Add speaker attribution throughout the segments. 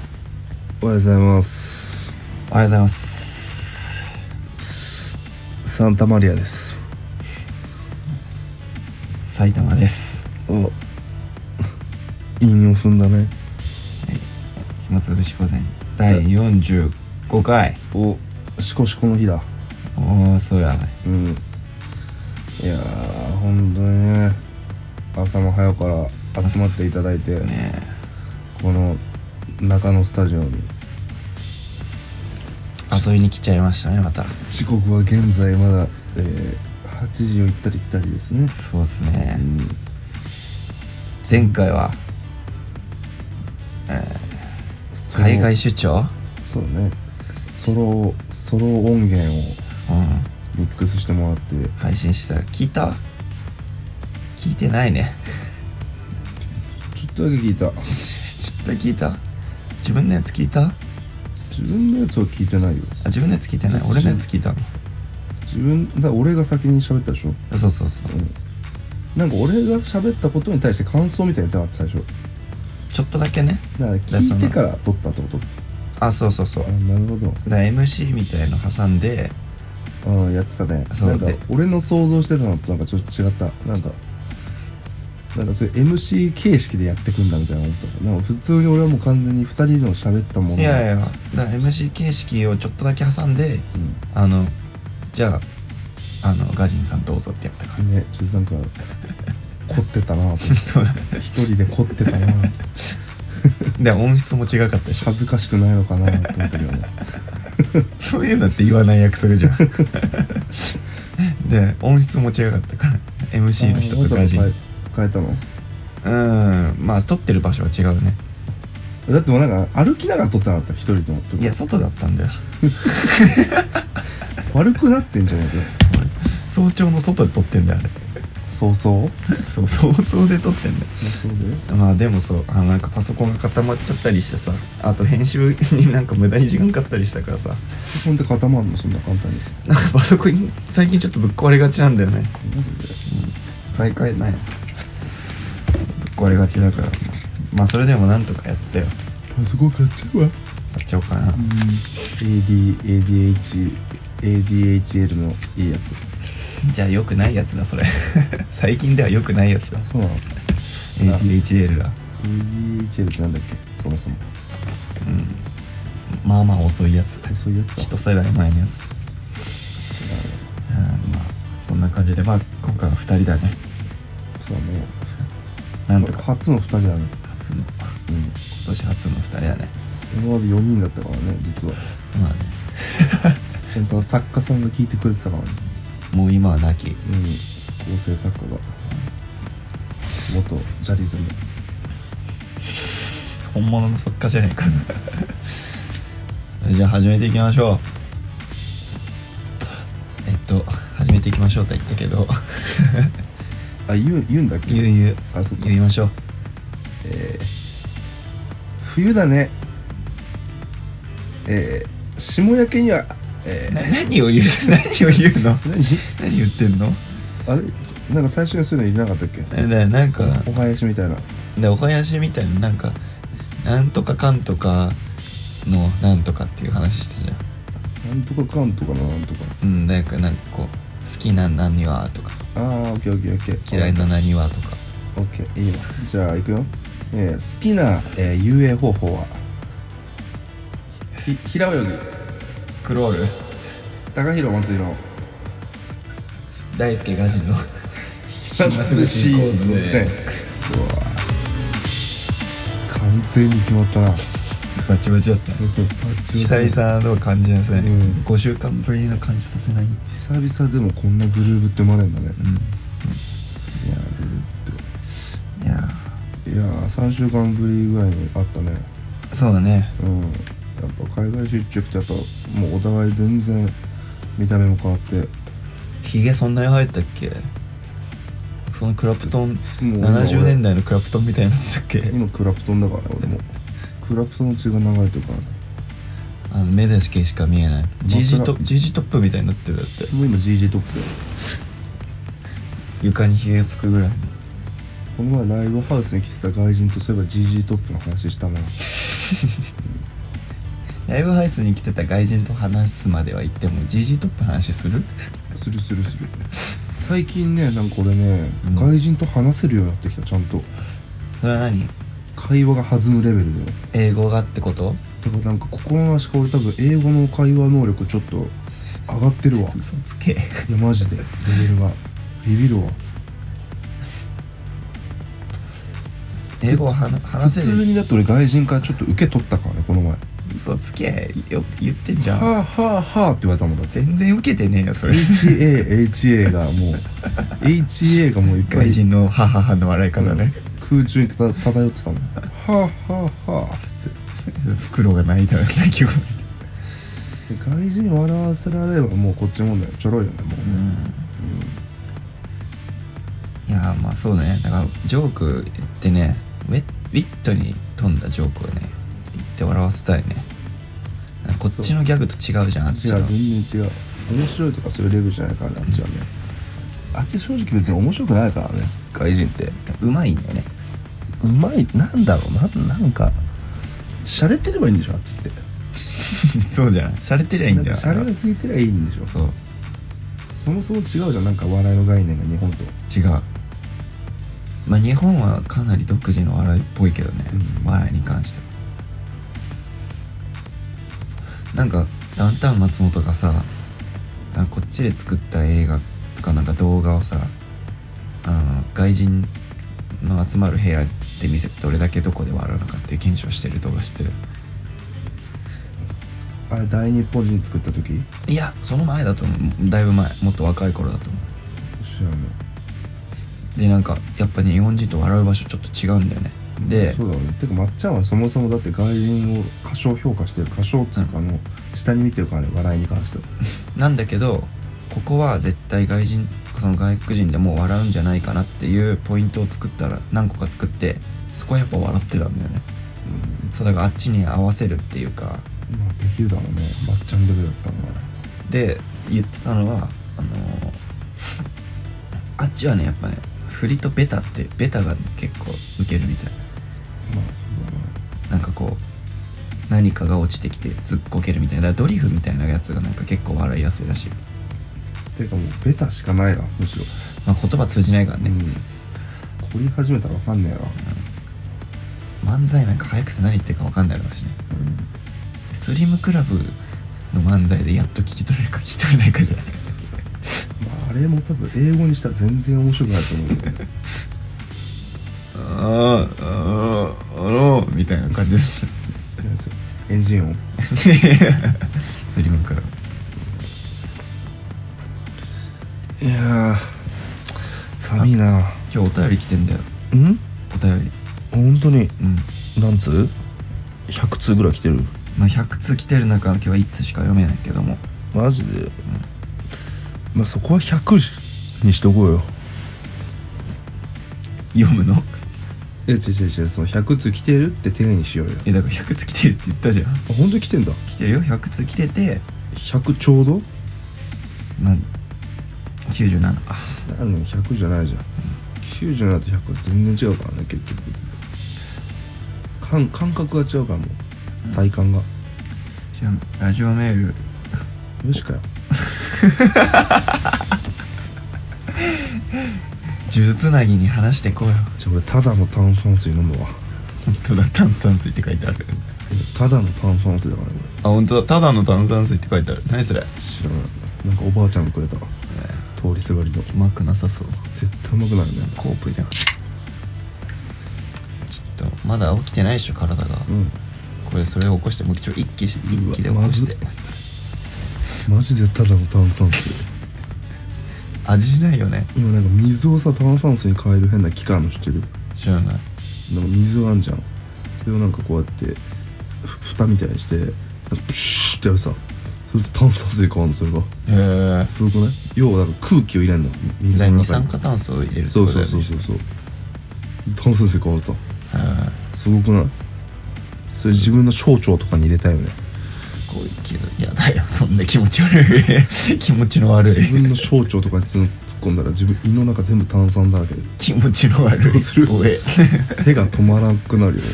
Speaker 1: おはようございます
Speaker 2: おはようございます
Speaker 1: サンタマリアです
Speaker 2: 埼玉です
Speaker 1: お韻を踏んだね
Speaker 2: 暇つぶし午前第45回
Speaker 1: おしこしこの日だ
Speaker 2: おおそうやね
Speaker 1: うんいやー本当にね朝も早から集まっていただいて、
Speaker 2: ね
Speaker 1: この中野スタジオに
Speaker 2: 遊びに来ちゃいましたねまた
Speaker 1: 時刻は現在まだ、えー8時を行ったり来たりですね
Speaker 2: そうですね、前回は
Speaker 1: ソロ
Speaker 2: 海外出張
Speaker 1: そうねソロソロ音源を
Speaker 2: うん
Speaker 1: ミックスしてもらって
Speaker 2: 配信した聞いた聞いてないね
Speaker 1: ちょっとだけ聞いた
Speaker 2: ちょっと聞いた自分のやつ聞いたあ
Speaker 1: 自分のやつは聞いてないよ
Speaker 2: 自分のやつ聞いてない俺のやつ聞いたの
Speaker 1: 自分だから俺が先に喋ったでしょ
Speaker 2: そうそうそう
Speaker 1: なんか俺が喋ったことに対して感想みたいに言ってなかった最初
Speaker 2: ちょっとだけね
Speaker 1: だから聞いてから撮ったってこと
Speaker 2: あそうそうそう
Speaker 1: あなるほど
Speaker 2: だから MC みたいの挟んで
Speaker 1: ああやってたね
Speaker 2: そう
Speaker 1: なんか
Speaker 2: で
Speaker 1: 俺の想像してたのとなんかちょっと違ったなんかなんかそういう MC 形式でやってくんだみたいな思ったなんか普通に俺はもう完全に2人の喋ったもの
Speaker 2: いやいやだから MC 形式をちょっとだけ挟んで
Speaker 1: う
Speaker 2: あのじゃああのガジンさんどうぞってやったか
Speaker 1: んねちょっとなんか凝ってたなと思っ
Speaker 2: らそう
Speaker 1: て一人で凝ってたな
Speaker 2: で音質も違かったでしょ
Speaker 1: 恥ずかしくないのかなと思ったけどね
Speaker 2: そういうのって言わない約束じゃん で音質も違かったから MC の人
Speaker 1: あーわ
Speaker 2: と
Speaker 1: ざわざ
Speaker 2: ガジン
Speaker 1: 変え変えたの
Speaker 2: うんまあ撮ってる場所は違うね
Speaker 1: だってもうなんか歩きながら撮ってなかった一人の時
Speaker 2: いや外だったんだよ
Speaker 1: 悪くなってんじゃないか
Speaker 2: 早朝の外で撮ってんだよあれ
Speaker 1: そう そう
Speaker 2: そう早々で撮ってんだよ
Speaker 1: そうで
Speaker 2: まあでもそうあのなんかパソコンが固まっちゃったりしてさあと編集になんか無駄に時間かかったりしたからさ
Speaker 1: パソコンって固まるのそんな簡単に
Speaker 2: なんかパソコン最近ちょっとぶっ壊れがちなんだよね
Speaker 1: マジで
Speaker 2: 買い替えないぶっ壊れがちだからまあそれでもなんとかやったよ
Speaker 1: パソコン買っちゃうわ
Speaker 2: 買っちゃおうかな、
Speaker 1: うん ADADH ADHL のいいやつ
Speaker 2: じゃあ良くないやつだそれ 最近では良くないやつだ
Speaker 1: そうなの
Speaker 2: ADHL だ
Speaker 1: ADHL ってなんだっけそもそも
Speaker 2: うんまあまあ遅いやつ
Speaker 1: そういうやつか
Speaker 2: 一世代前のやつうんまあそんな感じでまあ今回は2人だね
Speaker 1: そうね
Speaker 2: なんとか
Speaker 1: 初の2人だね
Speaker 2: 初の今
Speaker 1: うん
Speaker 2: 年初の2人だね
Speaker 1: 今まで4人だったからね実は
Speaker 2: まあね
Speaker 1: 本当は作家さんが聞いてくれてたからね
Speaker 2: もう今は亡き
Speaker 1: うん構成作家が元ジャリズム
Speaker 2: 本物の作家じゃねえか それじゃあ始めていきましょうえっと始めていきましょうとは言ったけど
Speaker 1: あ言う言うんだっけ
Speaker 2: 言う言う
Speaker 1: あそっか
Speaker 2: 言いましょう
Speaker 1: えー冬だねえー、霜焼けにはえ
Speaker 2: な何を言う何を言うの
Speaker 1: ー、何
Speaker 2: 何言ってんの
Speaker 1: あれなんか最初にそういうのいなかったっけ
Speaker 2: えだなんか
Speaker 1: お囃子みたいな
Speaker 2: でお囃子みたいななんかなんとかかんとかのなんとかっていう話してたじ
Speaker 1: なんとかかんとかななんとか
Speaker 2: ゃんうんなんかなんかこう好きな何はとか
Speaker 1: あーオッケーオッケーオッケー
Speaker 2: 嫌いな何はとか
Speaker 1: オッケーいいよじゃあ行くよ、えー好きな、えー遊泳方法はひ平泳ぎ
Speaker 2: クロール
Speaker 1: 高広祭りの
Speaker 2: 大輔ガジンの
Speaker 1: 暇つぶし
Speaker 2: 暇
Speaker 1: 構図
Speaker 2: つぶし構図
Speaker 1: ですねうわ完全に決まったな
Speaker 2: バチバチだった久々の感じなさい、
Speaker 1: うん
Speaker 2: 5週間ぶりの感じさせない、うん、
Speaker 1: 久々でもこんなグルーブって生まれんだねいや
Speaker 2: いや
Speaker 1: ーいやー3週間ぶりぐらいにあったね
Speaker 2: ーそうだね
Speaker 1: うんやっぱ海外出張来てやっぱもうお互い全然見た目も変わって
Speaker 2: ヒゲそんなに生えてたっけそのクラプト
Speaker 1: も
Speaker 2: ン
Speaker 1: う今
Speaker 2: 70年代のクラプトンみたいになってたっけ
Speaker 1: 今クラプトンだからね俺もクラプトンの血が流れてるからね
Speaker 2: あの目出し系しか見えない
Speaker 1: 真っ
Speaker 2: GG
Speaker 1: 暗
Speaker 2: ト GG トップみたいになってるだって
Speaker 1: もう今 GG トップだよ
Speaker 2: 床にヒゲつくぐらいの
Speaker 1: この前ライブハウスに来てた外人とそういえば GG トップの話したな
Speaker 2: ライブハウスに来てた外人と話すまでは言っても GG トップの話する
Speaker 1: するするする最近ねなんか俺ね、
Speaker 2: うん
Speaker 1: 外人と話せるようになってきたちゃんと
Speaker 2: それは何
Speaker 1: 会話が弾むレベルで
Speaker 2: 英語がってこと
Speaker 1: だからなんかここの話か俺多分英語の会話能力ちょっと上がってる わ
Speaker 2: 嘘つけ
Speaker 1: いやマジでレベルがビビるわ
Speaker 2: 英語を話話せ
Speaker 1: 普通
Speaker 2: る
Speaker 1: にだって俺外人からちょっと受け取ったからねこの前は
Speaker 2: 嘘つけよく言ってんじ
Speaker 1: あ
Speaker 2: ゃん
Speaker 1: はあはあって言われたもんだって
Speaker 2: 全然受けてねえ よそれ
Speaker 1: HAHA がもう HA がもういっぱ
Speaker 2: 外
Speaker 1: い
Speaker 2: 人のハハハの笑い方ね、
Speaker 1: 空中に漂漂ってたのはあはあはあっつって
Speaker 2: 袋が泣いたら泣き声
Speaker 1: で外人笑わせられればもうこっちもんだよちょろいよねもう
Speaker 2: う
Speaker 1: ね、
Speaker 2: んいやーまあそうねだからジョークってねウェウィットに富んだジョークをね言って笑わせたいねこっちのギャグと違うじゃんあっち
Speaker 1: 違
Speaker 2: の
Speaker 1: う全然違う面白いとかそういうレベルじゃないからねあっちはねあっち正直別に面白くないからね外人って
Speaker 2: うまいんだよね
Speaker 1: うまいなんだろうななんか洒落てればいいんでしょあっちって
Speaker 2: そうじゃない洒落てりゃいいんだ
Speaker 1: な
Speaker 2: よ
Speaker 1: んか洒落が効いてりゃいいんでしょ
Speaker 2: そう
Speaker 1: そもそも違うじゃんなんか笑いの概念が日本と
Speaker 2: 違うまあ日本はかなり独自の笑いっぽいけどね、
Speaker 1: うん
Speaker 2: 笑いに関してはなんかダウンタウン松本がさあこっちで作った映画とかなんか動画をさあの外人の集まる部屋で見せてどれだけどこで笑うのかっていう検証してる動画知ってる
Speaker 1: あれ大日本人作った時
Speaker 2: いやその前だと思うだいぶ前もっと若い頃だと思
Speaker 1: 知らないう
Speaker 2: でなんかやっぱね日本人と笑う場所ちょっと違うんだよねで
Speaker 1: そうだろうねてかまっちゃんはそもそもだって外人を過小評価してる過小っつうかあの、下に見てるからね笑いに関しては
Speaker 2: なんだけどここは絶対外人その外国人でもう笑うんじゃないかなっていうポイントを作ったら何個か作ってそこはやっぱ笑ってたんだよねそうだからあっちに合わせるっていうか
Speaker 1: うんまあできるだろうねまっちゃんレベルだったのか
Speaker 2: で言ってたのはあのーあっちはねやっぱね振りとベタってベタがね、結構受けるみたい
Speaker 1: まあそ
Speaker 2: なんかこう何かが落ちてきてずっこけるみたいなだからドリフみたいなやつがなんか結構笑いやすいらしい、
Speaker 1: うだなてかもうベタしかないわむしろ
Speaker 2: まあ、言葉通じないからね、
Speaker 1: うん凝り始めたらわかんねえわ、
Speaker 2: 漫才なんか早くて何言ってるか分かんないだろうしねスリムクラブの漫才でやっと聞き取れるか聞き取れないかじゃない
Speaker 1: まあ、あれも多分英語にしたら全然面白くないと思 うよね
Speaker 2: あああああのみたいな感じ でする
Speaker 1: なんですよエンジン音
Speaker 2: スリムクラブ
Speaker 1: いやー寒いな
Speaker 2: 今日お便り来てんだよ
Speaker 1: うん
Speaker 2: お便り
Speaker 1: 本当に
Speaker 2: うん
Speaker 1: 何通 ?100 通ぐらい来てる
Speaker 2: まあ100通来てる中今日は1通しか読めないけども
Speaker 1: マジで、まあそこは100にしとこうよ
Speaker 2: 読むの
Speaker 1: いや違う違う違うその100通来てるって手にしようよ
Speaker 2: えだから100通来てるって言ったじゃん
Speaker 1: あ本当に来てんだ
Speaker 2: 来てるよ100通来てて
Speaker 1: 100ちょうど
Speaker 2: まあ97あ
Speaker 1: 何年100じゃないじゃん97と100は全然違うからね結局感感覚が違うからもう体感が
Speaker 2: じゃあラジオメール
Speaker 1: 無視かよ
Speaker 2: 数珠つなぎに話してこうよ
Speaker 1: じゃあ俺ただの炭酸水飲むわ
Speaker 2: 本当だ炭酸水って書いてある
Speaker 1: ただの炭酸水だからねこ
Speaker 2: あ本当だただの炭酸水って書いてある何それう
Speaker 1: れ知らないなんかおばあちゃんがくれた通りすがりの
Speaker 2: まくなさそう
Speaker 1: 絶対うまくないね
Speaker 2: コープじゃんちょっとまだ起きてないでしょ体が
Speaker 1: うん
Speaker 2: これそれを起こしてもう一応一気し
Speaker 1: う
Speaker 2: 一
Speaker 1: わ
Speaker 2: 気で起こして
Speaker 1: まマジでただの炭酸水
Speaker 2: 味しないよね
Speaker 1: 今なんか水をさ炭酸水に変える変な機械の知ってる
Speaker 2: 知らない
Speaker 1: なんか水あんじゃんそれをなんかこうやってふ蓋みたいにしてなんかプシュッてやるさそうすると炭酸水変わるのそれが
Speaker 2: へえ
Speaker 1: すごくない要はなんか空気を入れんの水の
Speaker 2: 二
Speaker 1: 中
Speaker 2: 酸
Speaker 1: に
Speaker 2: 化炭素を入れるって
Speaker 1: そ
Speaker 2: こ
Speaker 1: う
Speaker 2: と
Speaker 1: そ
Speaker 2: だよ
Speaker 1: う
Speaker 2: ね
Speaker 1: そうそうそう炭酸水変わると
Speaker 2: へー
Speaker 1: すごくないそれ自分の小腸とかに入れたいよね
Speaker 2: すごいけどやだよそんな気持ち悪い 気持ちの悪
Speaker 1: 自
Speaker 2: い
Speaker 1: 分の小腸とかにつん突っ込んだら自分胃の中全部炭酸だらけで
Speaker 2: 気持ちの悪い
Speaker 1: どうする
Speaker 2: おえ
Speaker 1: 手が止まらなくなるよね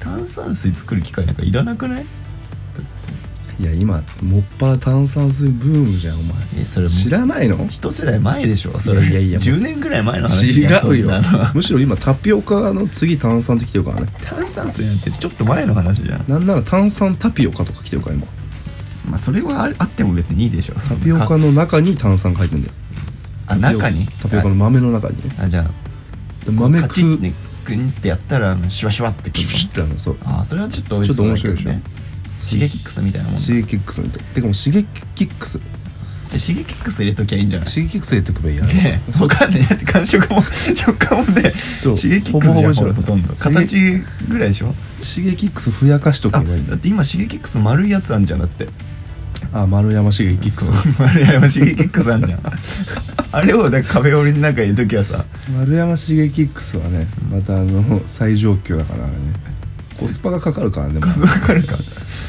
Speaker 2: 炭酸水作る機械なんかいらなくないだっ
Speaker 1: いや今もっぱら炭酸水ブームじゃんお前
Speaker 2: えそれもう
Speaker 1: 知らないの
Speaker 2: 一世代前でしょそれ
Speaker 1: いやいやいや
Speaker 2: 10年ぐらい前の話
Speaker 1: 違
Speaker 2: だよ
Speaker 1: うよ
Speaker 2: そんなの
Speaker 1: むしろ今タピオカの次炭酸ってきてるからね
Speaker 2: 炭酸水なんてちょっと前の話じゃん
Speaker 1: なんなら炭酸タピオカとか来てるから今
Speaker 2: まあそれはああっても別にいいでしょ
Speaker 1: タピオカの中に炭酸が入ってんだよ
Speaker 2: あ中に
Speaker 1: タピオカの豆の中にね
Speaker 2: ああじゃあ
Speaker 1: で豆食う
Speaker 2: ねグニってやったらあのシュワシュワってく
Speaker 1: プ
Speaker 2: る
Speaker 1: シュプシュってあるのそう
Speaker 2: ああそれはちょっと美
Speaker 1: ちょ
Speaker 2: 味
Speaker 1: っ
Speaker 2: し
Speaker 1: と
Speaker 2: そ
Speaker 1: 面白い
Speaker 2: うだけど
Speaker 1: でしょ
Speaker 2: ねシゲキックスみたいなもんだじゃ
Speaker 1: シゲキックスみたいてかもうシゲキックス
Speaker 2: あシゲキックス入れときゃいいんじゃない
Speaker 1: シゲキックス入れてくべや
Speaker 2: ねえわかんねえだって感触も 食感もね
Speaker 1: そう
Speaker 2: シゲキックスじゃん
Speaker 1: ほぼほぼ
Speaker 2: ほ
Speaker 1: 一緒
Speaker 2: らほとんど形ぐらいでしょ
Speaker 1: シゲキックスふやかしとけ
Speaker 2: あ
Speaker 1: ばいいんだ
Speaker 2: だって今シゲキックス丸いやつあんじゃんだって
Speaker 1: あ丸山シゲキックス
Speaker 2: そう丸山シゲキックスあ んじゃんあれをだから壁折りの中にいるときはさ
Speaker 1: 丸山シゲキックスはねまたあの最上級だからねコスパがかかるからねも
Speaker 2: 数
Speaker 1: う
Speaker 2: わかるか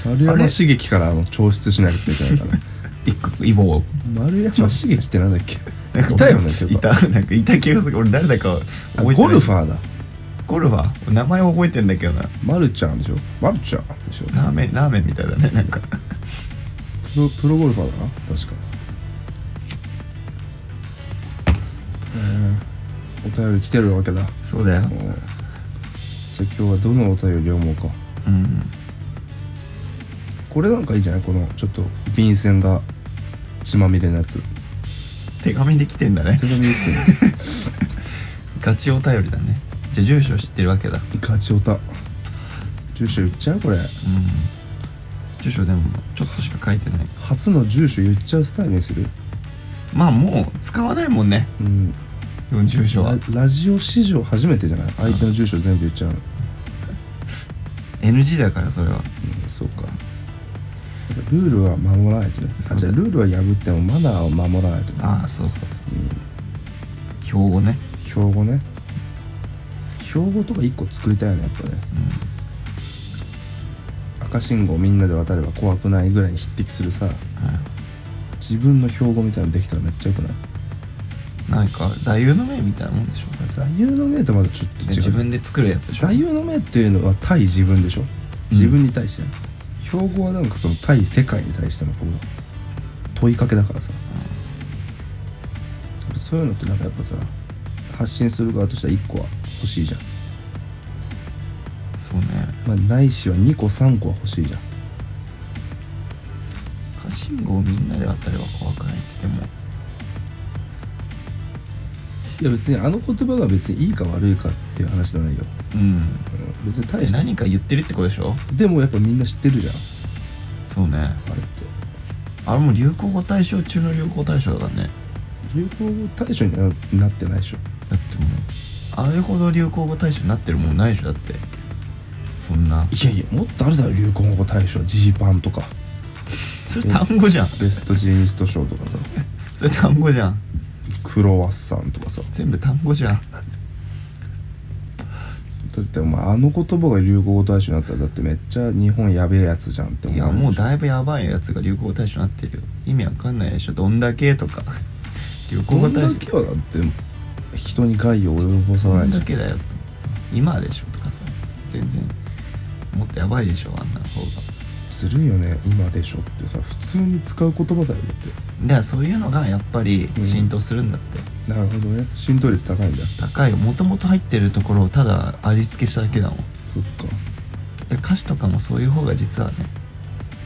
Speaker 1: 丸山シゲキからあの抽出しなきゃいけないからね
Speaker 2: 一個イボを
Speaker 1: 丸山シゲキってなんだっけ
Speaker 2: なんか
Speaker 1: いたよねそういえ
Speaker 2: い
Speaker 1: ば
Speaker 2: た なんかいた気がする俺誰だか覚え
Speaker 1: あ
Speaker 2: てない
Speaker 1: ゴルファーだ
Speaker 2: ゴルファー名前覚えてんだけどな
Speaker 1: マルちゃんでしょマルちゃんでしょ
Speaker 2: ラーメンラーメンみたいだねなんか
Speaker 1: プロプロゴルファーだな確かえーお便り来てるわけだ
Speaker 2: そうだよ
Speaker 1: おーじゃあ今日はどのお便り読もうか
Speaker 2: うん
Speaker 1: これなんかいいんじゃないこのちょっと便箋が血まみれのやつ
Speaker 2: 手紙で来てんだね
Speaker 1: 手紙ですね
Speaker 2: ガチお便りだねじゃあ住所知ってるわけだ
Speaker 1: ガチオタ 住所言っちゃうこれ
Speaker 2: うん住所でもちょっとしか書いてない
Speaker 1: 初の住所言っちゃうスタイルにする
Speaker 2: まあもう使わないもんね
Speaker 1: うん
Speaker 2: でも住所は
Speaker 1: ララジオ史上初めてじゃない相手の住所全部言っちゃうの、
Speaker 2: NG だからそれは
Speaker 1: うん、そうかやっぱルールは守らないとね
Speaker 2: そ
Speaker 1: あ
Speaker 2: うだ
Speaker 1: じゃあルールは破ってもマナーを守らないとね、
Speaker 2: ああそうそうそう
Speaker 1: うん、
Speaker 2: 標語ね
Speaker 1: 標語ね標語とか1個作りたいよねやっぱね
Speaker 2: う
Speaker 1: 赤信号みんなで渡れば怖くないぐらいに匹敵するさ
Speaker 2: ん、はい
Speaker 1: 自分の標語みたいなのできたらめっちゃよくない
Speaker 2: なんか座右の銘みたいなもんでしょそれ
Speaker 1: 座右の銘とまだちょっと違う
Speaker 2: 自分で作るやつでしょ
Speaker 1: 座右の銘っていうのは対自分でしょ自分に対して、標語はなんかその対世界に対してのこう問いかけだからさ、そういうのってなんかやっぱさ発信する側としては1個は欲しいじゃん、
Speaker 2: そうね
Speaker 1: まあ、ないしは2個3個は欲しいじゃん
Speaker 2: 家信号みんなで渡れば怖くないってでも
Speaker 1: いや別にあの言葉が別にいいか悪いかっていう話じゃないよ、
Speaker 2: うん
Speaker 1: うん別に対して
Speaker 2: 何か言ってるってことでしょ
Speaker 1: でもやっぱみんな知ってるじゃんあ
Speaker 2: そうね
Speaker 1: れって
Speaker 2: あれもう流行語大賞中の流行語大賞だね
Speaker 1: 流行語対象にはなってないでしょ
Speaker 2: だってもうあれほど流行語大賞になってるもんないでしょだってそんない
Speaker 1: やいやもっとあるだろ流行語大賞ジーパンとか
Speaker 2: それ単語じゃん
Speaker 1: ベストジーニスト賞とかさ
Speaker 2: それ単語じゃん
Speaker 1: クロワッサンとかさ
Speaker 2: 全部単語じゃん
Speaker 1: だってお前あの言葉が流行語大賞になったらだってめっちゃ日本やべえやつじゃんって思
Speaker 2: いうやもうだいぶやばいやつが流行語大賞になってるよ意味わかんないでしょどんだけと か流行
Speaker 1: こ
Speaker 2: 語
Speaker 1: んだ
Speaker 2: 大賞
Speaker 1: けはだって人に害を及ぼさ
Speaker 2: ど
Speaker 1: なんいじゃ
Speaker 2: だ
Speaker 1: ん
Speaker 2: けだよと今でしょとかさ全然もっとやばいでしょあんな方が
Speaker 1: ずるいよね今でしょってさ普通に使う言葉だよっ
Speaker 2: だからそういうのがやっぱり
Speaker 1: うん
Speaker 2: 浸透するんだって、
Speaker 1: てなるほどね浸透率高いんだ
Speaker 2: 高いもともと入ってるところをただ味付けしただけだもん
Speaker 1: そっか
Speaker 2: で歌詞とかもそういう方が実はね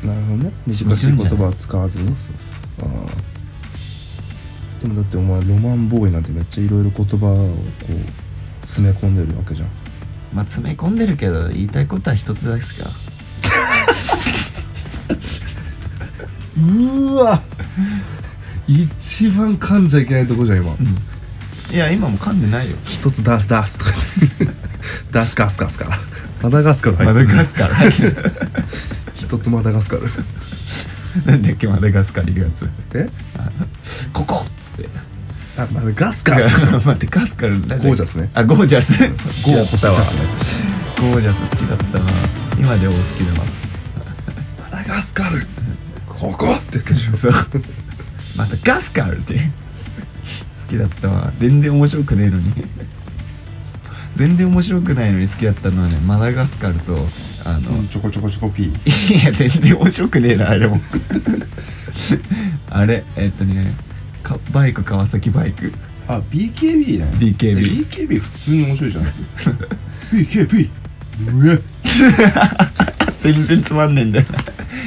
Speaker 1: なるほどね難しい
Speaker 2: 染みて
Speaker 1: 言
Speaker 2: んじゃない
Speaker 1: 葉は使わずに
Speaker 2: そう
Speaker 1: ああでもだってお前ロマンボーイなんてめっちゃいろいろ言葉をこう詰め込んでるわけじゃん
Speaker 2: まあ詰め込んでるけど言いたいことは一つですか
Speaker 1: うーわ一番噛んじゃいけないとこじゃん今
Speaker 2: いや今も噛んでないよ
Speaker 1: 一つ出す出すとか 言って出すかすかすからマダガスカル入
Speaker 2: マ
Speaker 1: って
Speaker 2: ダ
Speaker 1: る
Speaker 2: ガスカル
Speaker 1: 一つマダガスカル
Speaker 2: なんだっけマダガスカル行くやつ
Speaker 1: え
Speaker 2: あここっつって
Speaker 1: あマダガスカル
Speaker 2: 待ってガスカル
Speaker 1: ゴージャスね
Speaker 2: あゴージャス
Speaker 1: ゴー星ジャスね
Speaker 2: ゴージャス好きだったな今でも好きだわ
Speaker 1: マダガスカルここってやつでしょ
Speaker 2: そうまたガスカルって好きだったわ全然面白くねえのに全然面白くないのに好きだったのはねマダガスカルとあの、
Speaker 1: うんちょこちょこちょこピー
Speaker 2: いや全然面白くねえなあれもあれえっとねかバイク川崎バイク
Speaker 1: あ BKB ね
Speaker 2: BKB
Speaker 1: BKB 普通に面白いじゃんあいつ BKB うえ
Speaker 2: 全然つまんねえんだよ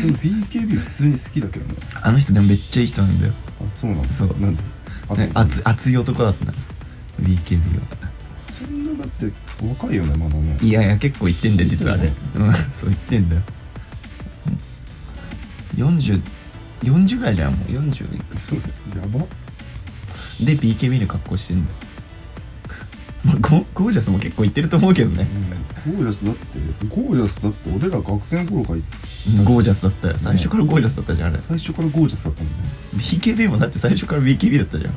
Speaker 1: でも BKB 普通に好きだけどね
Speaker 2: あの人でもめっちゃいい人なんだよ、
Speaker 1: あそうなんだ
Speaker 2: そう
Speaker 1: なんであ
Speaker 2: ね、熱熱い男だったな BKB は
Speaker 1: そんなだって若いよねまだね
Speaker 2: いやいや結構言ってんだよ実はねうんそう言ってんだよ4040ぐらいじゃんもう40いくつ
Speaker 1: それやば
Speaker 2: で BKB の格好してんだよまあゴゴージャスも結構言ってると思うけどね
Speaker 1: うんゴージャスだってゴージャスだって俺ら学生の頃から
Speaker 2: ゴージャスだったよ最初からゴージャスだったじゃんあれ
Speaker 1: 最初からゴージャスだったもんね
Speaker 2: BKB もだって最初から BKB だったじゃん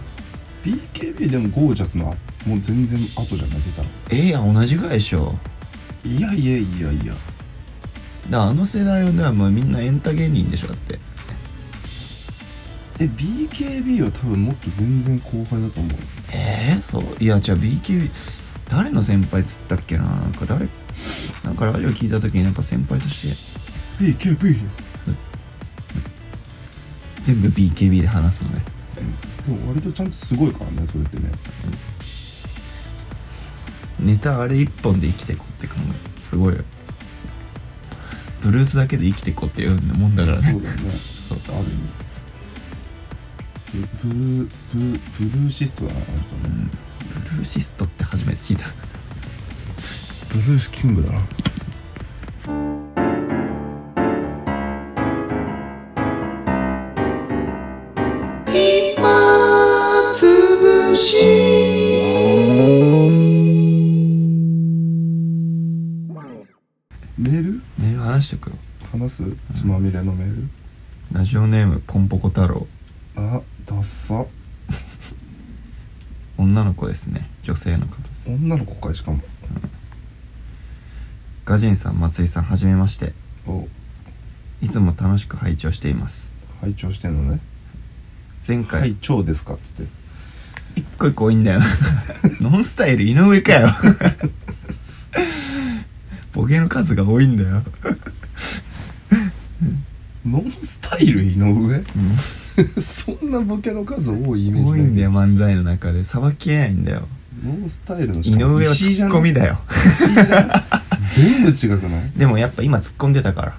Speaker 1: BKB でもゴージャスのあもう全然後じゃない出たら
Speaker 2: ええやん同じぐらいでしょ
Speaker 1: いやいやいやいや
Speaker 2: だからあの世代はねもうみんなエンタ芸人でしょだって
Speaker 1: え BKB は多分もっと全然後輩だと思う
Speaker 2: えー、そういやじゃあ BKB 誰の先輩っつったっけななんか誰なんかラジオ聞いた時になんか先輩として
Speaker 1: BKB よ
Speaker 2: 全部 BKB で話すのね
Speaker 1: でも割とちゃんとすごいからねそれってね
Speaker 2: ネタあれ一本で生きてこって考えすごいよブルースだけで生きてこっていうもんだから
Speaker 1: そ
Speaker 2: ね
Speaker 1: うだよね
Speaker 2: そう
Speaker 1: ある意味ブルーブルーブルーシストだなあの人
Speaker 2: う
Speaker 1: ね
Speaker 2: んブルーシストって初めて聞いた
Speaker 1: ブルースキングだなメール
Speaker 2: メール話しておくよ
Speaker 1: 話す血まみれのメール
Speaker 2: ラジオネームポンポコ太郎
Speaker 1: あダッサ
Speaker 2: 女の子ですね女性の方です
Speaker 1: 女の子かいしかも
Speaker 2: ガジンさん松井さんはじめまして
Speaker 1: を
Speaker 2: いつも楽しく拝聴しています
Speaker 1: 拝聴してんのね
Speaker 2: 前
Speaker 1: は
Speaker 2: 回
Speaker 1: い超ですかっつって
Speaker 2: 一個一個多いんだよな ノンスタイル井上 かよボケの数が多いんだよ、
Speaker 1: ノンスタイル井上
Speaker 2: うん
Speaker 1: そんなボケの数多いイメージ
Speaker 2: 多いんだ
Speaker 1: よ
Speaker 2: よ漫才の中でさばきれないんだよ
Speaker 1: ノンスタイルの
Speaker 2: 井上はツ
Speaker 1: 石井じゃ
Speaker 2: ッ
Speaker 1: ない
Speaker 2: コミだよ
Speaker 1: 石井じゃない全部違くない
Speaker 2: でもやっぱ今ツッコんでたから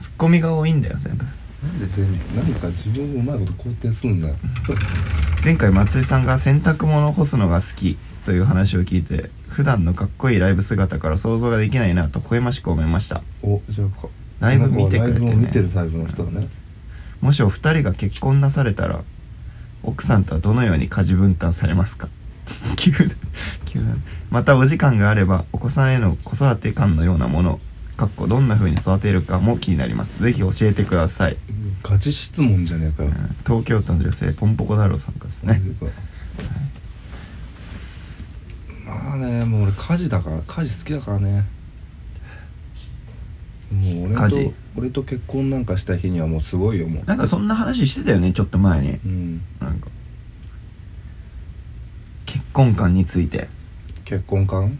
Speaker 2: ツッコミが多いんだよ全部
Speaker 1: なんで全部なんか自分をうまいこと肯定すんだよ
Speaker 2: 前回松井さんが洗濯物を干すのが好きという話を聞いて普段のかっこいいライブ姿から想像ができないなと微笑ましく思いました
Speaker 1: おじゃあか
Speaker 2: ライブ見てくれて
Speaker 1: この子はライブを見てる
Speaker 2: ね
Speaker 1: タイプの人だね
Speaker 2: もしお二人が結婚なされたら奥さんとはどのように家事分担されますか 急だ急だまたお時間があればお子さんへの子育て感のようなものかっこどんな風に育てるかも気になりますぜひ教えてください、
Speaker 1: ガチ質問じゃねえか
Speaker 2: う
Speaker 1: よ
Speaker 2: ん東京都の女性ポンポコ太郎さんからですね
Speaker 1: まあねもう俺家事だから家事好きだからねもう俺
Speaker 2: 家
Speaker 1: と
Speaker 2: 事
Speaker 1: 俺と結婚なんかした日にはもうすごいよもう
Speaker 2: なんかそんな話してたよねちょっと前に
Speaker 1: うん
Speaker 2: なんか結婚観について、
Speaker 1: 結婚観
Speaker 2: うん、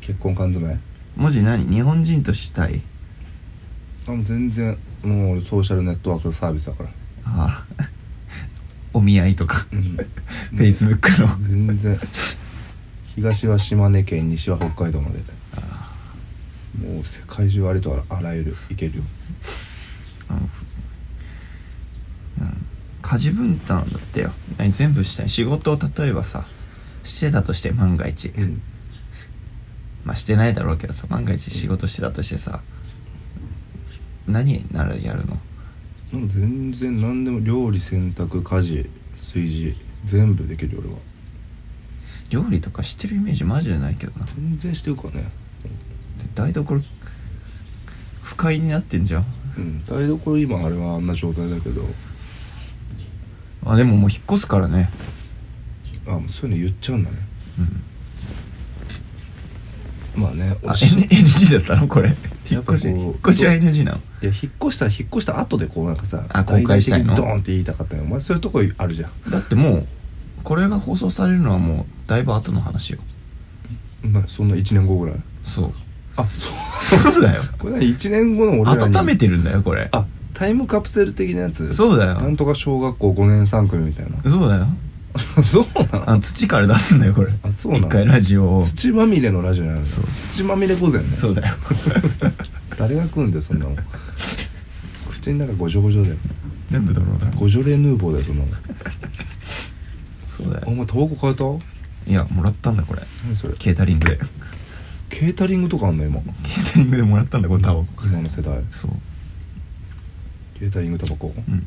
Speaker 1: 結婚観詰め
Speaker 2: 文字何日本人としたい
Speaker 1: あもう全然もう俺ソーシャルネットワークのサービスだから
Speaker 2: ああお見合いとか
Speaker 1: うん
Speaker 2: フェイスブックの
Speaker 1: 全然東は島根県西は北海道までもう世界中ありとあらゆるいけるよ
Speaker 2: うんうん家事分担だってよ何全部したい仕事を例えばさしてたとして万が一、
Speaker 1: うん
Speaker 2: まあしてないだろうけどさ万が一仕事してたとしてさ何ならやるの
Speaker 1: でも全然何でも料理洗濯家事炊事全部できるよ俺は
Speaker 2: 料理とかしてるイメージマジでないけどなで
Speaker 1: 全然してるからね
Speaker 2: 台所不快になってんじゃん
Speaker 1: うん台所今あれはあんな状態だけど
Speaker 2: あでももう引っ越すからね
Speaker 1: あもうそういうの言っちゃうんだね
Speaker 2: うん
Speaker 1: まあね
Speaker 2: あ
Speaker 1: 俺し
Speaker 2: N- NG だったのこれ引
Speaker 1: や
Speaker 2: っ
Speaker 1: っぱ
Speaker 2: 越
Speaker 1: こ
Speaker 2: し
Speaker 1: う
Speaker 2: 引っ越しは NG なの
Speaker 1: いや引っ越したら引っ越した後でこうなんかさ
Speaker 2: あ公開したいの
Speaker 1: 大々的にドーンって言いたかったよお前そういうとこあるじゃん
Speaker 2: だってもうこれが放送されるのはもうだいぶ後の話よ
Speaker 1: まあそんな1年後ぐらい
Speaker 2: そう
Speaker 1: あそう
Speaker 2: そうだよ
Speaker 1: これ1年後の俺らに
Speaker 2: 温めてるんだよこれ
Speaker 1: あタイムカプセル的なやつ
Speaker 2: そうだ
Speaker 1: なん
Speaker 2: よ
Speaker 1: とか小学校5年3組みたいな
Speaker 2: そうだよ
Speaker 1: そうなの
Speaker 2: あ土から出すんだよこれ
Speaker 1: あそうなの
Speaker 2: 一回ラジオを
Speaker 1: 土まみれのラジオなのよ
Speaker 2: そう
Speaker 1: 土まみれ午前ね
Speaker 2: そうだ よ
Speaker 1: 誰が食うんだよそんなもん口の中ごじょごじょだよ
Speaker 2: 全部ドローだ
Speaker 1: ごじょれヌーボーだよそんなもん
Speaker 2: そうだ
Speaker 1: お
Speaker 2: よ
Speaker 1: 前タバコ買えた
Speaker 2: いやもらったんだこれ
Speaker 1: 何それ
Speaker 2: ケータリングで
Speaker 1: ケータリングとかあんの今
Speaker 2: ケータリングでもらったんだこのタオ
Speaker 1: 今の世代
Speaker 2: そう
Speaker 1: ケータリングタバコ
Speaker 2: うん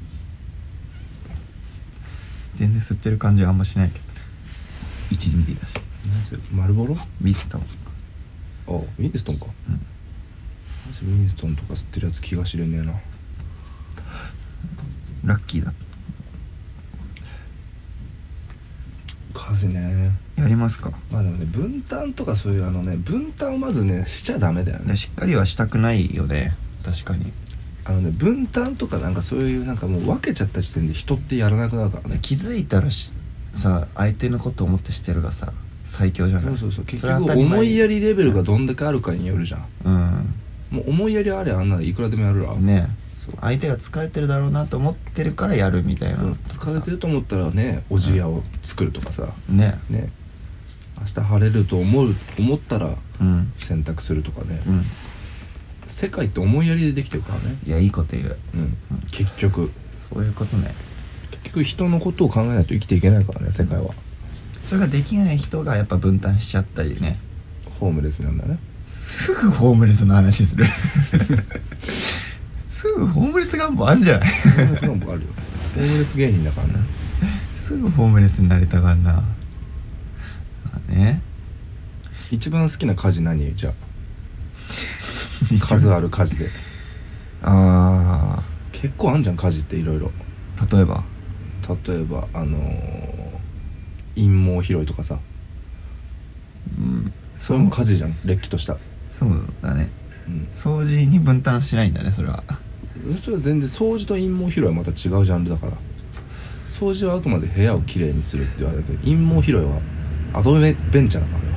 Speaker 2: 全然吸ってる感じはあんましないけど1ミリだし
Speaker 1: 何それ丸ボロ
Speaker 2: ビースタも
Speaker 1: あウィンストンか
Speaker 2: うん
Speaker 1: マジウィンストンとか吸ってるやつ気が知れねえな
Speaker 2: ラッキーだ
Speaker 1: 火事ね
Speaker 2: やりますか
Speaker 1: まあでもね分担とかそういうあのね分担をまずねしちゃダメだよね
Speaker 2: でしっかりはしたくないよね確かに
Speaker 1: あのね分担とかなんかそういうなんかもう分けちゃった時点で人ってやらなくなるからね
Speaker 2: 気づいたらしさ相手のことを思ってしてるがさ最強じゃな
Speaker 1: そ
Speaker 2: いう
Speaker 1: そうそう結
Speaker 2: れは
Speaker 1: 局
Speaker 2: 当たり前
Speaker 1: 思いやりレベルがどんだけあるかによるじゃん
Speaker 2: うん
Speaker 1: もう思いやりあれあんなのいくらでもやるら、
Speaker 2: ね
Speaker 1: そう
Speaker 2: 相手が疲れてるだろうなと思ってるからやるみたいな
Speaker 1: うん疲れてると思ったらねおじやを作るとかさ、
Speaker 2: ね
Speaker 1: ね明日晴れると思う思ったら
Speaker 2: うん
Speaker 1: 洗濯するとかね、
Speaker 2: うん
Speaker 1: 世界って思いやりでできてるからね、
Speaker 2: いやいいこと言う
Speaker 1: うん、結局
Speaker 2: そういうことね
Speaker 1: 結局人のことを考えないと生きていけないからね世界は
Speaker 2: それができない人がやっぱ分担しちゃったりね
Speaker 1: ホームレスなんだね
Speaker 2: すぐホームレスの話する すぐホームレス願望あんじゃない
Speaker 1: ホームレスのもあるよ ホームレス芸人だからね
Speaker 2: すぐホームレスになりたがるなまあね
Speaker 1: 一番好きな家事何じゃあ数ある家事で
Speaker 2: あ
Speaker 1: 結構あんじゃん家事っていろいろ
Speaker 2: ー例えば
Speaker 1: 例えばあのー陰謀拾いとかさ
Speaker 2: うん
Speaker 1: それも家事じゃんれっきとした
Speaker 2: そうだね
Speaker 1: うん
Speaker 2: 掃除に分担しないんだねそれは
Speaker 1: それは全然掃除と陰謀拾いはまた違うジャンルだから掃除はあくまで部屋をきれいにするって言われるけど陰謀拾いはアドベベンチャーだからよ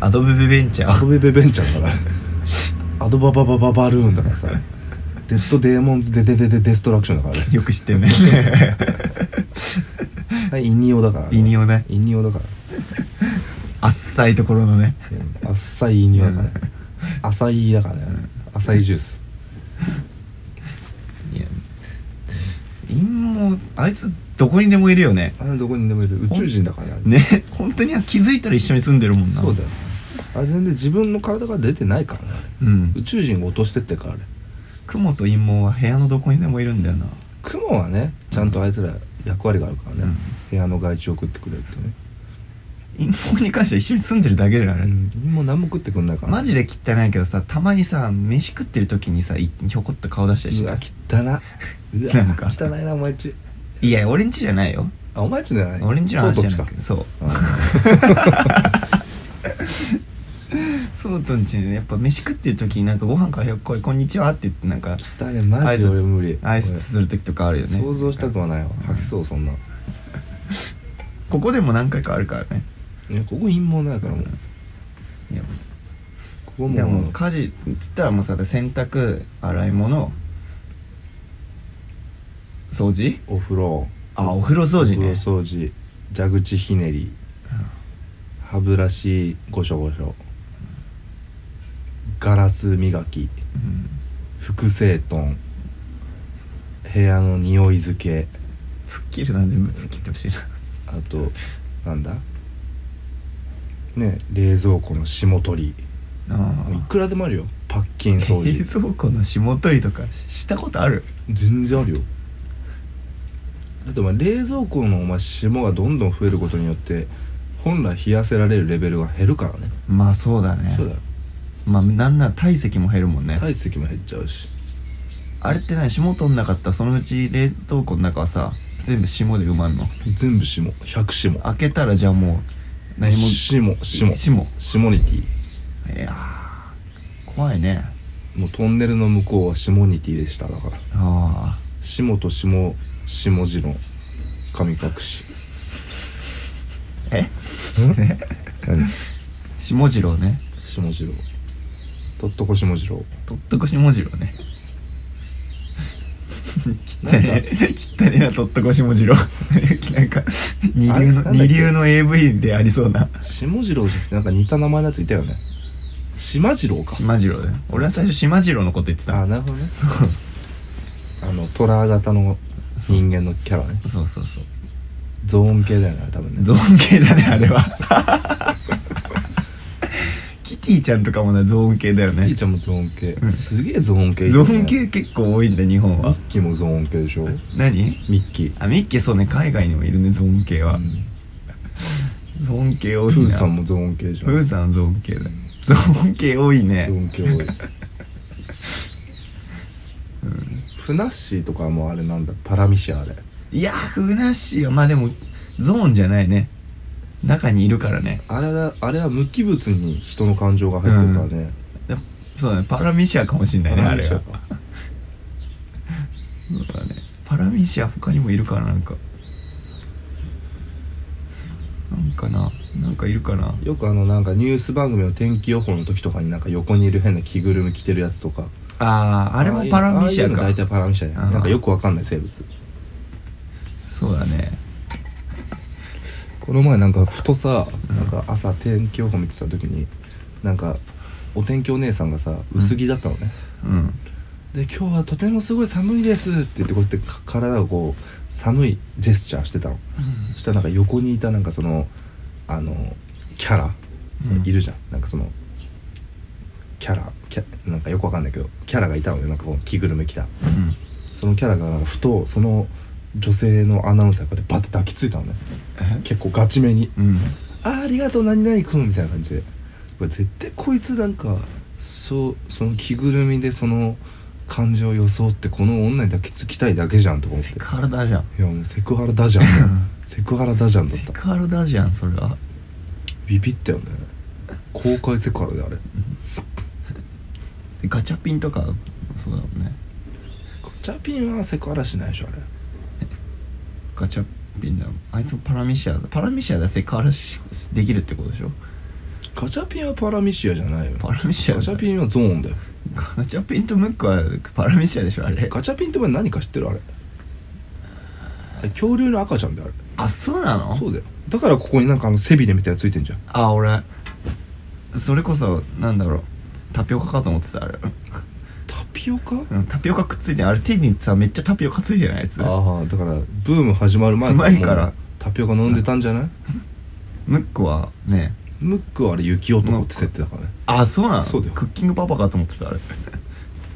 Speaker 2: アドベベンチャ
Speaker 1: アド
Speaker 2: ー
Speaker 1: ベベベンチャーだからアドバババババルーンだからさデッドデーモンズデデデデデストラクションだからね
Speaker 2: よく知って るね
Speaker 1: はいイニオだから
Speaker 2: イニオね
Speaker 1: イニオだから
Speaker 2: あっさいところのね
Speaker 1: うん浅いイニオだからね浅いだからね浅いジュース
Speaker 2: いや陰謀あいつどこにでもいるよね
Speaker 1: あれどこにでもいる宇宙人だからね
Speaker 2: ね本当には気づいたら一緒に住んでるもんな
Speaker 1: そうだよあれ全然自分の体から出てないからね
Speaker 2: うん
Speaker 1: 宇宙人が落としてってからね
Speaker 2: 雲と陰謀は部屋のどこにでもいるんだよな
Speaker 1: 雲はねちゃんとあいつら役割があるからね、
Speaker 2: うん
Speaker 1: 部屋の害虫を食ってくれるんですよね、
Speaker 2: 陰謀に関しては一緒に住んでるだけだよあ
Speaker 1: う
Speaker 2: れ、
Speaker 1: ん、もう何も食ってくんないから
Speaker 2: マジで汚いけどさたまにさ飯食ってる時にさいひょこっと顔出したりし
Speaker 1: う
Speaker 2: な
Speaker 1: わ
Speaker 2: い
Speaker 1: 汚なうわ
Speaker 2: なんか
Speaker 1: 汚いなお前んち
Speaker 2: いや俺んちじゃないよ
Speaker 1: あお前んちじゃない
Speaker 2: 俺んち
Speaker 1: そ
Speaker 2: の
Speaker 1: う
Speaker 2: 話
Speaker 1: どっち
Speaker 2: じゃな
Speaker 1: か
Speaker 2: くてそうそうとんちねやっぱ飯食ってる時になんかご飯からひょっこり「こんにちは」って言ってなんか
Speaker 1: 汚いマジで俺無理
Speaker 2: 挨拶する時とかあるよね
Speaker 1: 想像したくはないわ
Speaker 2: ん
Speaker 1: 吐きそうそんな
Speaker 2: ここでも何回かあるからね
Speaker 1: ねここ陰謀ないからもう
Speaker 2: いや
Speaker 1: ここ
Speaker 2: で
Speaker 1: も
Speaker 2: も
Speaker 1: う
Speaker 2: 家事っつったらもうさ洗濯洗い物掃除
Speaker 1: お風呂
Speaker 2: あお風呂掃除ね
Speaker 1: お風呂掃除蛇口ひねり歯ブラシごしょごしょガラス磨き
Speaker 2: うん
Speaker 1: 複製トン部屋の匂い付け
Speaker 2: 突っ切るな全部突っ切ってほしいな
Speaker 1: あとなんだね冷蔵庫の霜取
Speaker 2: あ
Speaker 1: りいくらでもあるよパッキン掃
Speaker 2: 冷
Speaker 1: 除
Speaker 2: 蔵庫の霜取りとかしたことある
Speaker 1: 全然あるよだってお前冷蔵庫のお前霜がどんどん増えることによって本来冷やせられるレベルが減るからね
Speaker 2: まあそうだね
Speaker 1: そうだよ
Speaker 2: まあなんなら体積も減るもんね、
Speaker 1: 体積も減っちゃうし
Speaker 2: あれって何霜取んなかったらそのうち冷凍庫の中はさ全部霜で埋まんの
Speaker 1: 全部霜100霜
Speaker 2: 開けたらじゃあもう何も
Speaker 1: 霜霜
Speaker 2: 霜
Speaker 1: 霜ニティ
Speaker 2: いやー怖いね
Speaker 1: もうトンネルの向こうは霜ニティでしただから
Speaker 2: ああ
Speaker 1: 霜と霜霜字の神隠し
Speaker 2: え
Speaker 1: 何
Speaker 2: 下次郎ね
Speaker 1: 下次郎とっとこ下次郎
Speaker 2: 取っとこ下次郎ね汚
Speaker 1: なんか
Speaker 2: ね 汚ねな取っとこ下次郎なんか二流の
Speaker 1: あれなんだっけ
Speaker 2: 二流の AV でありそうな
Speaker 1: 下次郎じゃなくてなんか似た名前のやついたよね島次郎か
Speaker 2: 島次郎だよ俺は最初島次郎のこと言って
Speaker 1: あ
Speaker 2: た
Speaker 1: あなるほどねあの虎型の人間のキャラね
Speaker 2: そうそうそう
Speaker 1: ゾーン系だよね多分ね
Speaker 2: ゾーン系だねあれは キティちゃんとかもなゾーン系だよ
Speaker 1: ピ
Speaker 2: ね
Speaker 1: ーちゃんもゾーン系、
Speaker 2: うん
Speaker 1: すげえゾーン系いい
Speaker 2: ゾ
Speaker 1: よね
Speaker 2: ーン系結構多いんだ日本
Speaker 1: ミ
Speaker 2: は
Speaker 1: ッキーもゾーン系でしょ
Speaker 2: 何
Speaker 1: ミッキー
Speaker 2: あミッキーそうね海外にもいるねゾーン系は、
Speaker 1: うん
Speaker 2: ゾーン系
Speaker 1: プ
Speaker 2: 多いな
Speaker 1: ーさんもゾーン系じゃん
Speaker 2: プーさんゾーン系だゾーン系多い
Speaker 1: ゾー
Speaker 2: ね
Speaker 1: ン系 多いフナッシーとかもあれなんだパラミシアあれ
Speaker 2: いやーふなっしーはまあでもゾーンじゃないね中にいるからね
Speaker 1: あれだあれは無機物に人の感情が入ってるからね、
Speaker 2: でもそうだねパラミシアかもしんないね
Speaker 1: パ
Speaker 2: あ
Speaker 1: ラミ
Speaker 2: れ
Speaker 1: シア
Speaker 2: は
Speaker 1: か
Speaker 2: そうだねパラミシア他にもいるかななんかなんかななんかいるかな
Speaker 1: よくあのなんかニュース番組の天気予報の時とかになんか横にいる変な着ぐるみ着てるやつとか
Speaker 2: あーあれもパラミシア
Speaker 1: ああい
Speaker 2: か
Speaker 1: うの大体パラミシアね
Speaker 2: あー
Speaker 1: なんかよくわかんない生物
Speaker 2: そうだね
Speaker 1: この前なんかふとさなんか朝天気予報見てた時になんかお天気お姉さんがさ薄着だったのね、
Speaker 2: うん
Speaker 1: で今日はとてもすごい寒いですって言ってこうやってか体をこう寒いジェスチャーしてたのそしたらなんか横にいたなんかそのあのキャラそのいるじゃん、なんかそのキャラキャなんかよくわかんないけどキャラがいたのでなんかこの着ぐるみ着た
Speaker 2: うん
Speaker 1: そのキャラがなんかふとその女性のアナウンサーがこうやってバッて抱きついたのね
Speaker 2: え
Speaker 1: 結構ガチめに
Speaker 2: うん
Speaker 1: 「あーありがとう何々くん」みたいな感じでこれ絶対こいつなんかそうその着ぐるみでその感情を装ってこの女に抱きつきたいだけじゃんとか思っ
Speaker 2: セ
Speaker 1: て
Speaker 2: クハラだじゃん
Speaker 1: いやもうセクハラだ じゃんセクハラだじゃんだっ
Speaker 2: セク
Speaker 1: た
Speaker 2: ハラだじゃんそれは
Speaker 1: ビビったよね公開セクハラであれ
Speaker 2: でガチャピンとかそうだもんね
Speaker 1: ガチャピンはセクハラしないでしょあれ
Speaker 2: ガチャピンだもんあいつもパラミシアだパラミシアだセクハラしできるってことでしょ
Speaker 1: ガチャピンはパラミシアじゃないよ
Speaker 2: パラミシア
Speaker 1: ガチャピンはゾーンだよ
Speaker 2: ガチャピンとムックはパラミシアでしょあれ
Speaker 1: ガチャピンってお前何か知ってるあれあれ恐竜の赤ちゃんであれ
Speaker 2: あそうなの
Speaker 1: そうだよだからここになんかあの背びれみたいなのついてんじゃん
Speaker 2: あ俺それこそなんだろうタピオカかと思ってたあれ、
Speaker 1: タピオカ
Speaker 2: うん、タピオカくっついてあれ手にさめっちゃタピオカついてないやつ
Speaker 1: ああだからブーム始まる前
Speaker 2: 前から
Speaker 1: もうタピオカ飲んでたんじゃない
Speaker 2: ムックはね
Speaker 1: ムックはあれ雪男って設定だからね
Speaker 2: あそうなの
Speaker 1: そうだよ
Speaker 2: クッキングパパかと思ってたあれ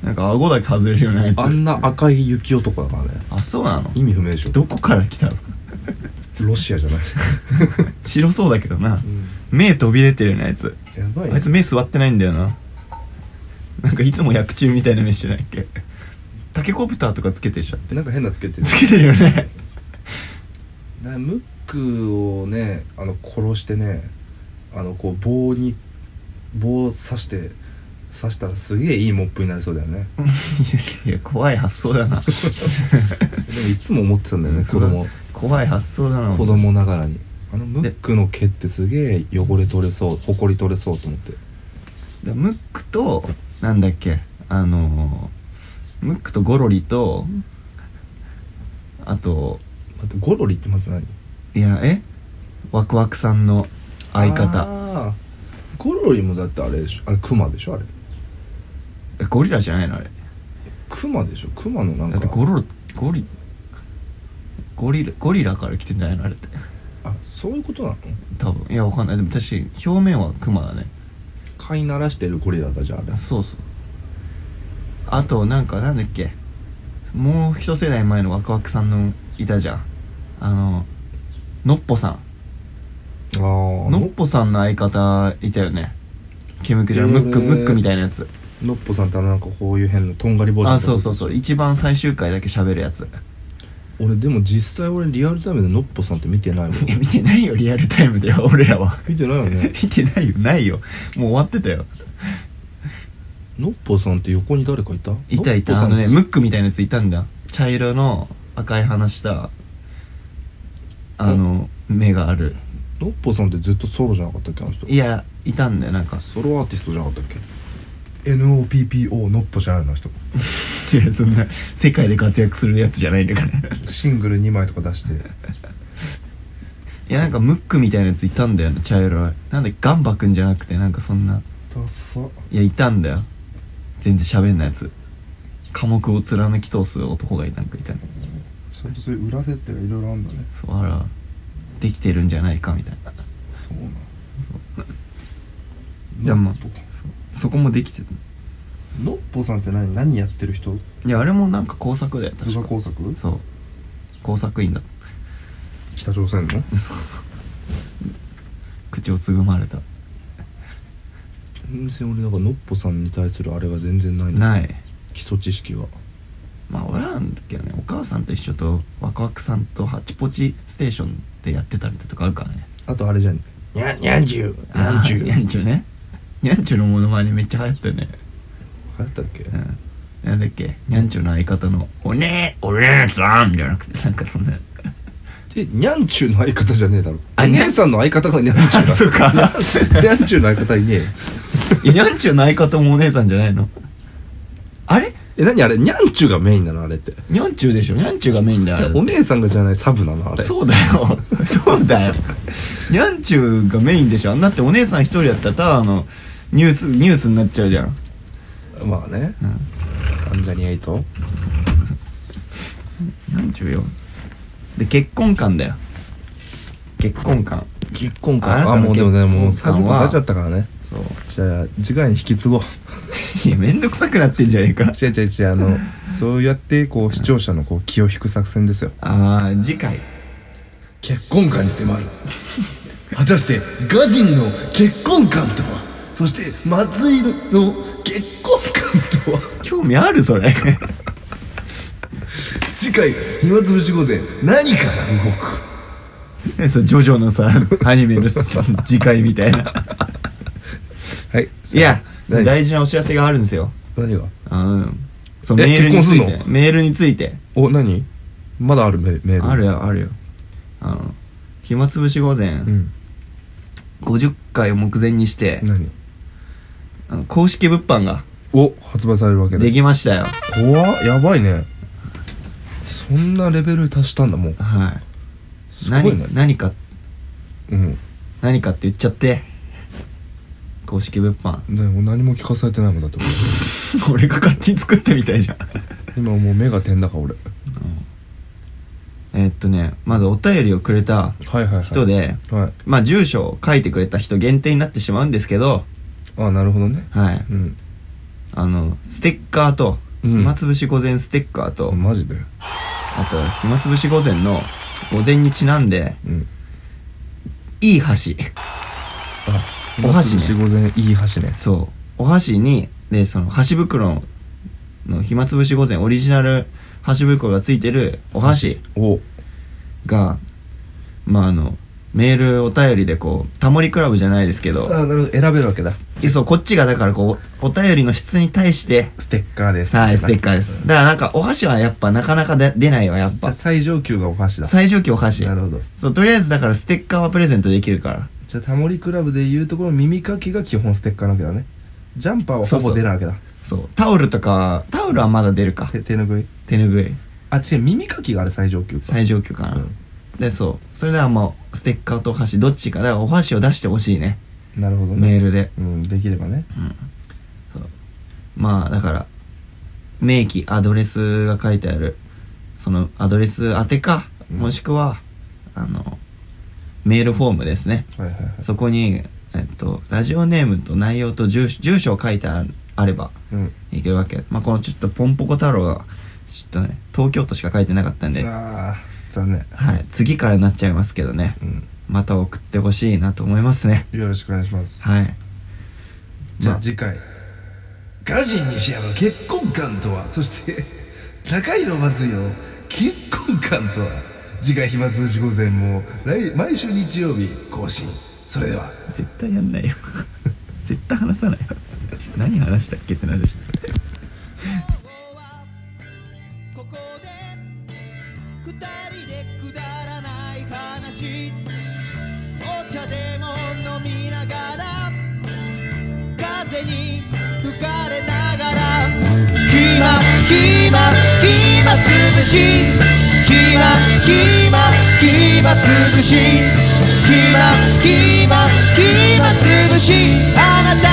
Speaker 2: なんか顎だけ外れるようなやつ
Speaker 1: あんな赤い雪男だからね
Speaker 2: あそうなの
Speaker 1: 意味不明でしょ
Speaker 2: どこから来たの
Speaker 1: ロシアじゃない、
Speaker 2: 白そうだけどな目飛び出てるようなやつ
Speaker 1: やばい、ね、
Speaker 2: あいつ目座ってないんだよななんかいつも薬中みたいな目してないっけタケコプターとかつけてるでしょ
Speaker 1: なんか変なつけてる
Speaker 2: つけてるよね
Speaker 1: なムックをねあの殺してねあのこう棒に棒を刺して刺したらすげえいいモップになりそうだよね
Speaker 2: いや怖い発想だ
Speaker 1: で
Speaker 2: な
Speaker 1: もいつも思ってたんだよね子供
Speaker 2: 怖い発想だな
Speaker 1: 子供ながらにあのムックの毛ってすげえ汚れ取れそうほこり取れそうと思って
Speaker 2: だムックとなんだっけあのームックとゴロリとあと
Speaker 1: 待ってゴロリってまず何
Speaker 2: いやえワクワクさんの相方
Speaker 1: あーゴロリもだってあれでしょあれクマでしょあれ
Speaker 2: えゴリラじゃないのあれ
Speaker 1: クマでしょクマのなん
Speaker 2: だ
Speaker 1: か
Speaker 2: ってゴロゴリゴリラゴリラから来てんじゃないのあれって
Speaker 1: あそういうことなの
Speaker 2: 多分いやわかんないでも確かに表面はクマだね
Speaker 1: 飼い慣らしてるゴリラだじゃああれ
Speaker 2: そうそうあとなんかなんだっけもう一世代前のワクワクさんのいたじゃんあののっぽさ
Speaker 1: あー
Speaker 2: んのっぽさんの相方いたよねケムクじゃん
Speaker 1: え
Speaker 2: ム
Speaker 1: ー
Speaker 2: ックムックみたいなやつ
Speaker 1: のっぽさんってあのなんかこういう変なとんがり帽子
Speaker 2: あそうそううそう一番最終回だけ喋るやつ
Speaker 1: 俺でも実際俺リアルタイムでのっぽさんって見て ないもん
Speaker 2: いや見てないよリアルタイムでは俺らは
Speaker 1: 見てないよね
Speaker 2: 見てないよないよもう終わってたよ
Speaker 1: のっぽさんって横に誰かいた
Speaker 2: いたいた
Speaker 1: のっ
Speaker 2: あ
Speaker 1: ぽさん
Speaker 2: のねムックみたいなやついたんだ茶色の赤い鼻したあの目がある
Speaker 1: のっぽさんってずっとソロじゃなかったっけあの人
Speaker 2: いやいたんだよなんか
Speaker 1: ソロアーティストじゃなかったっけ NOPPO ノッポじゃないの人
Speaker 2: 違うそんな世界で活躍するやつじゃ ないんだから
Speaker 1: シングル2枚とか出 して
Speaker 2: いやなんかムックみたいなやついたんだよね茶色いなんでガンバくんじゃなくてなんかそんな
Speaker 1: ダサ
Speaker 2: いやいたんだよ全然喋んないやつ科目を貫き通す男がいなんかいたね
Speaker 1: ちゃんとそういう裏設定がいろいろあんだね
Speaker 2: そうあらできてるんじゃないかみたいな
Speaker 1: そうな
Speaker 2: でもまあ
Speaker 1: ノッポ
Speaker 2: そそこもできてる
Speaker 1: ノッポさんって何何やってる人
Speaker 2: いやあれもなんか工作だよ
Speaker 1: 通
Speaker 2: 確
Speaker 1: 貨
Speaker 2: か
Speaker 1: 工作
Speaker 2: そう工作員だ
Speaker 1: 北朝鮮の
Speaker 2: そう口をつぐまれた
Speaker 1: 全然俺だからノッポさんに対するあれが全然ないんだ
Speaker 2: ない
Speaker 1: 基礎知識は
Speaker 2: まあ俺らの時はねお母さんと一緒とワクワクさんとハチポチステーションでやってたみたいなとかあるからね
Speaker 1: あとあれじゃんにゃにゃんじゅう
Speaker 2: あーにゃんちゅうねにゃんちゅうのモノマネめっちゃ流行ったよね
Speaker 1: 流行ったっけ
Speaker 2: うんなんだっけにゃんちゅうの相方の「おねえお姉さん」じゃなくてなんかそんな
Speaker 1: でにゃんちゅうの相方じゃねえだろ
Speaker 2: あ
Speaker 1: あにゃんさんの相方がにゃんちゅうだ
Speaker 2: そうか
Speaker 1: にゃんちゅうの相方いねえよ
Speaker 2: いやにゃんちゅうの相方もお姉さんじゃないのあれ
Speaker 1: え何あれにゃんちゅうがメインなのあれって
Speaker 2: にゃんちゅうでしょにゃんちゅうがメインだよあれ
Speaker 1: えお姉さんがじゃないサブなのあれ
Speaker 2: そうだ よそうだよにゃんちゅうがメインでしょあんなってお姉さん一人やったらただあのニュースニュースになっちゃうじゃん、
Speaker 1: まあね
Speaker 2: う
Speaker 1: 関ジャニエイト
Speaker 2: ん、にゃんちゅうよで結婚観だよ結婚観
Speaker 1: 結婚
Speaker 2: あなた
Speaker 1: か
Speaker 2: の
Speaker 1: あもうでもねもう
Speaker 2: 結
Speaker 1: 30
Speaker 2: 婚観
Speaker 1: 分
Speaker 2: は
Speaker 1: 経っちゃったからね
Speaker 2: そう
Speaker 1: じゃあ次回に引き継ごう
Speaker 2: いやめんどくさくなってんじゃねえか
Speaker 1: 違う違う違うあのそうやってこう視聴者のこう気を引く作戦ですよ
Speaker 2: あー次回
Speaker 1: 結婚観に迫る果たしてガジンの結婚観とはそして松井の結婚観とは
Speaker 2: 興味あるそれ
Speaker 1: 次回暇つぶし午前何かが動く
Speaker 2: えそうジョジョのさアニメ の次回みたいな
Speaker 1: はい
Speaker 2: いや
Speaker 1: 何
Speaker 2: 大事なお知らせがあるんですよ
Speaker 1: 何が
Speaker 2: うんそう
Speaker 1: え
Speaker 2: メールについ
Speaker 1: 結婚す
Speaker 2: て
Speaker 1: んの
Speaker 2: メールについて
Speaker 1: お何まだあるメメール
Speaker 2: あるよあるよあの暇つぶし午前、
Speaker 1: うん
Speaker 2: 50回を目前にして、
Speaker 1: 何
Speaker 2: あの公式物販が
Speaker 1: お発売されるわけだ
Speaker 2: できましたよ
Speaker 1: 怖っやばいねそんなレベル達したんだもう
Speaker 2: は
Speaker 1: す
Speaker 2: い
Speaker 1: ごいね
Speaker 2: 何何か
Speaker 1: うん
Speaker 2: 何かって言っちゃって公式物販
Speaker 1: でも何も聞かされてないもんだって俺
Speaker 2: 俺が勝手に作ってみたいじゃん、
Speaker 1: 今もう目が点だから俺
Speaker 2: えっとねまずお便りをくれた
Speaker 1: はいはい、はい、
Speaker 2: 人で
Speaker 1: はい
Speaker 2: まあ住所を書いてくれた人限定になってしまうんですけど
Speaker 1: あなるほどね
Speaker 2: はい
Speaker 1: うん
Speaker 2: あのステッカーと
Speaker 1: うん
Speaker 2: 暇つぶし午前ステッカーと、
Speaker 1: あマジで
Speaker 2: あと暇つぶし午前の午前にちなんで
Speaker 1: うん
Speaker 2: いい箸
Speaker 1: あ
Speaker 2: お箸ね
Speaker 1: 四五千いい箸ね
Speaker 2: そうお箸にでその箸袋の暇つぶし午前オリジナル箸袋がついてるお箸
Speaker 1: お
Speaker 2: がまああのメールお便りでこうタモリクラブじゃないですけど
Speaker 1: あなるほど選べるわけだス
Speaker 2: いやそうこっちがだからこうお便りの質に対して
Speaker 1: テッカーです
Speaker 2: はいステッカーですだからなんかお箸はやっぱなかなかで出ないわやっ
Speaker 1: じゃあ
Speaker 2: ぱ
Speaker 1: 最上級がお箸だ
Speaker 2: 最上級お箸
Speaker 1: なるほど
Speaker 2: そうとりあえずだからステッカーはプレゼントできるから
Speaker 1: じゃあタモリクラブでいうところの耳かきが基本ステッカーなわけだねジャンパーは
Speaker 2: そう
Speaker 1: ほ
Speaker 2: そう
Speaker 1: ぼ出ないわけだ
Speaker 2: そうタオルとかタオルはまだ出るか
Speaker 1: 手手ぬぐい
Speaker 2: 手ぬぐい
Speaker 1: あ違う耳かきがあれ最上級か
Speaker 2: 最上級かな、
Speaker 1: うん
Speaker 2: でそうそれではもうステッカーとお箸どっちかだからお箸を出してほしいね
Speaker 1: なるほどね
Speaker 2: メールで、
Speaker 1: うんできればね
Speaker 2: うん、そうまあだから名義アドレスが書いてあるそのアドレス宛てか
Speaker 1: うん
Speaker 2: もしくはあのメールフォームですね
Speaker 1: はいはいはい
Speaker 2: そこに、えっと、ラジオネームと内容と住所住所を書いてあるあれば
Speaker 1: うん
Speaker 2: いけるわけ、まあ、このちょっとポンポコ太郎がちょっとね東京都しか書いてなかったんで、
Speaker 1: ああ残念
Speaker 2: はい、次からになっちゃいますけどね
Speaker 1: うん
Speaker 2: また送ってほしいなと思いますね
Speaker 1: よろしくお願いします
Speaker 2: はい
Speaker 1: じゃ
Speaker 2: ま
Speaker 1: あ次回、ガジン西山の結婚観とはそして高井の松井の結婚観とは次回暇つぶし午前も来毎週日曜日更新それでは
Speaker 2: 絶対やんないよ 絶対話さないよ 何話したっけってなる
Speaker 3: ここで二人でくだらない話お茶でも飲みながら風に吹かれながら暇暇暇つぶし暇暇暇つぶし暇暇暇つぶしあなた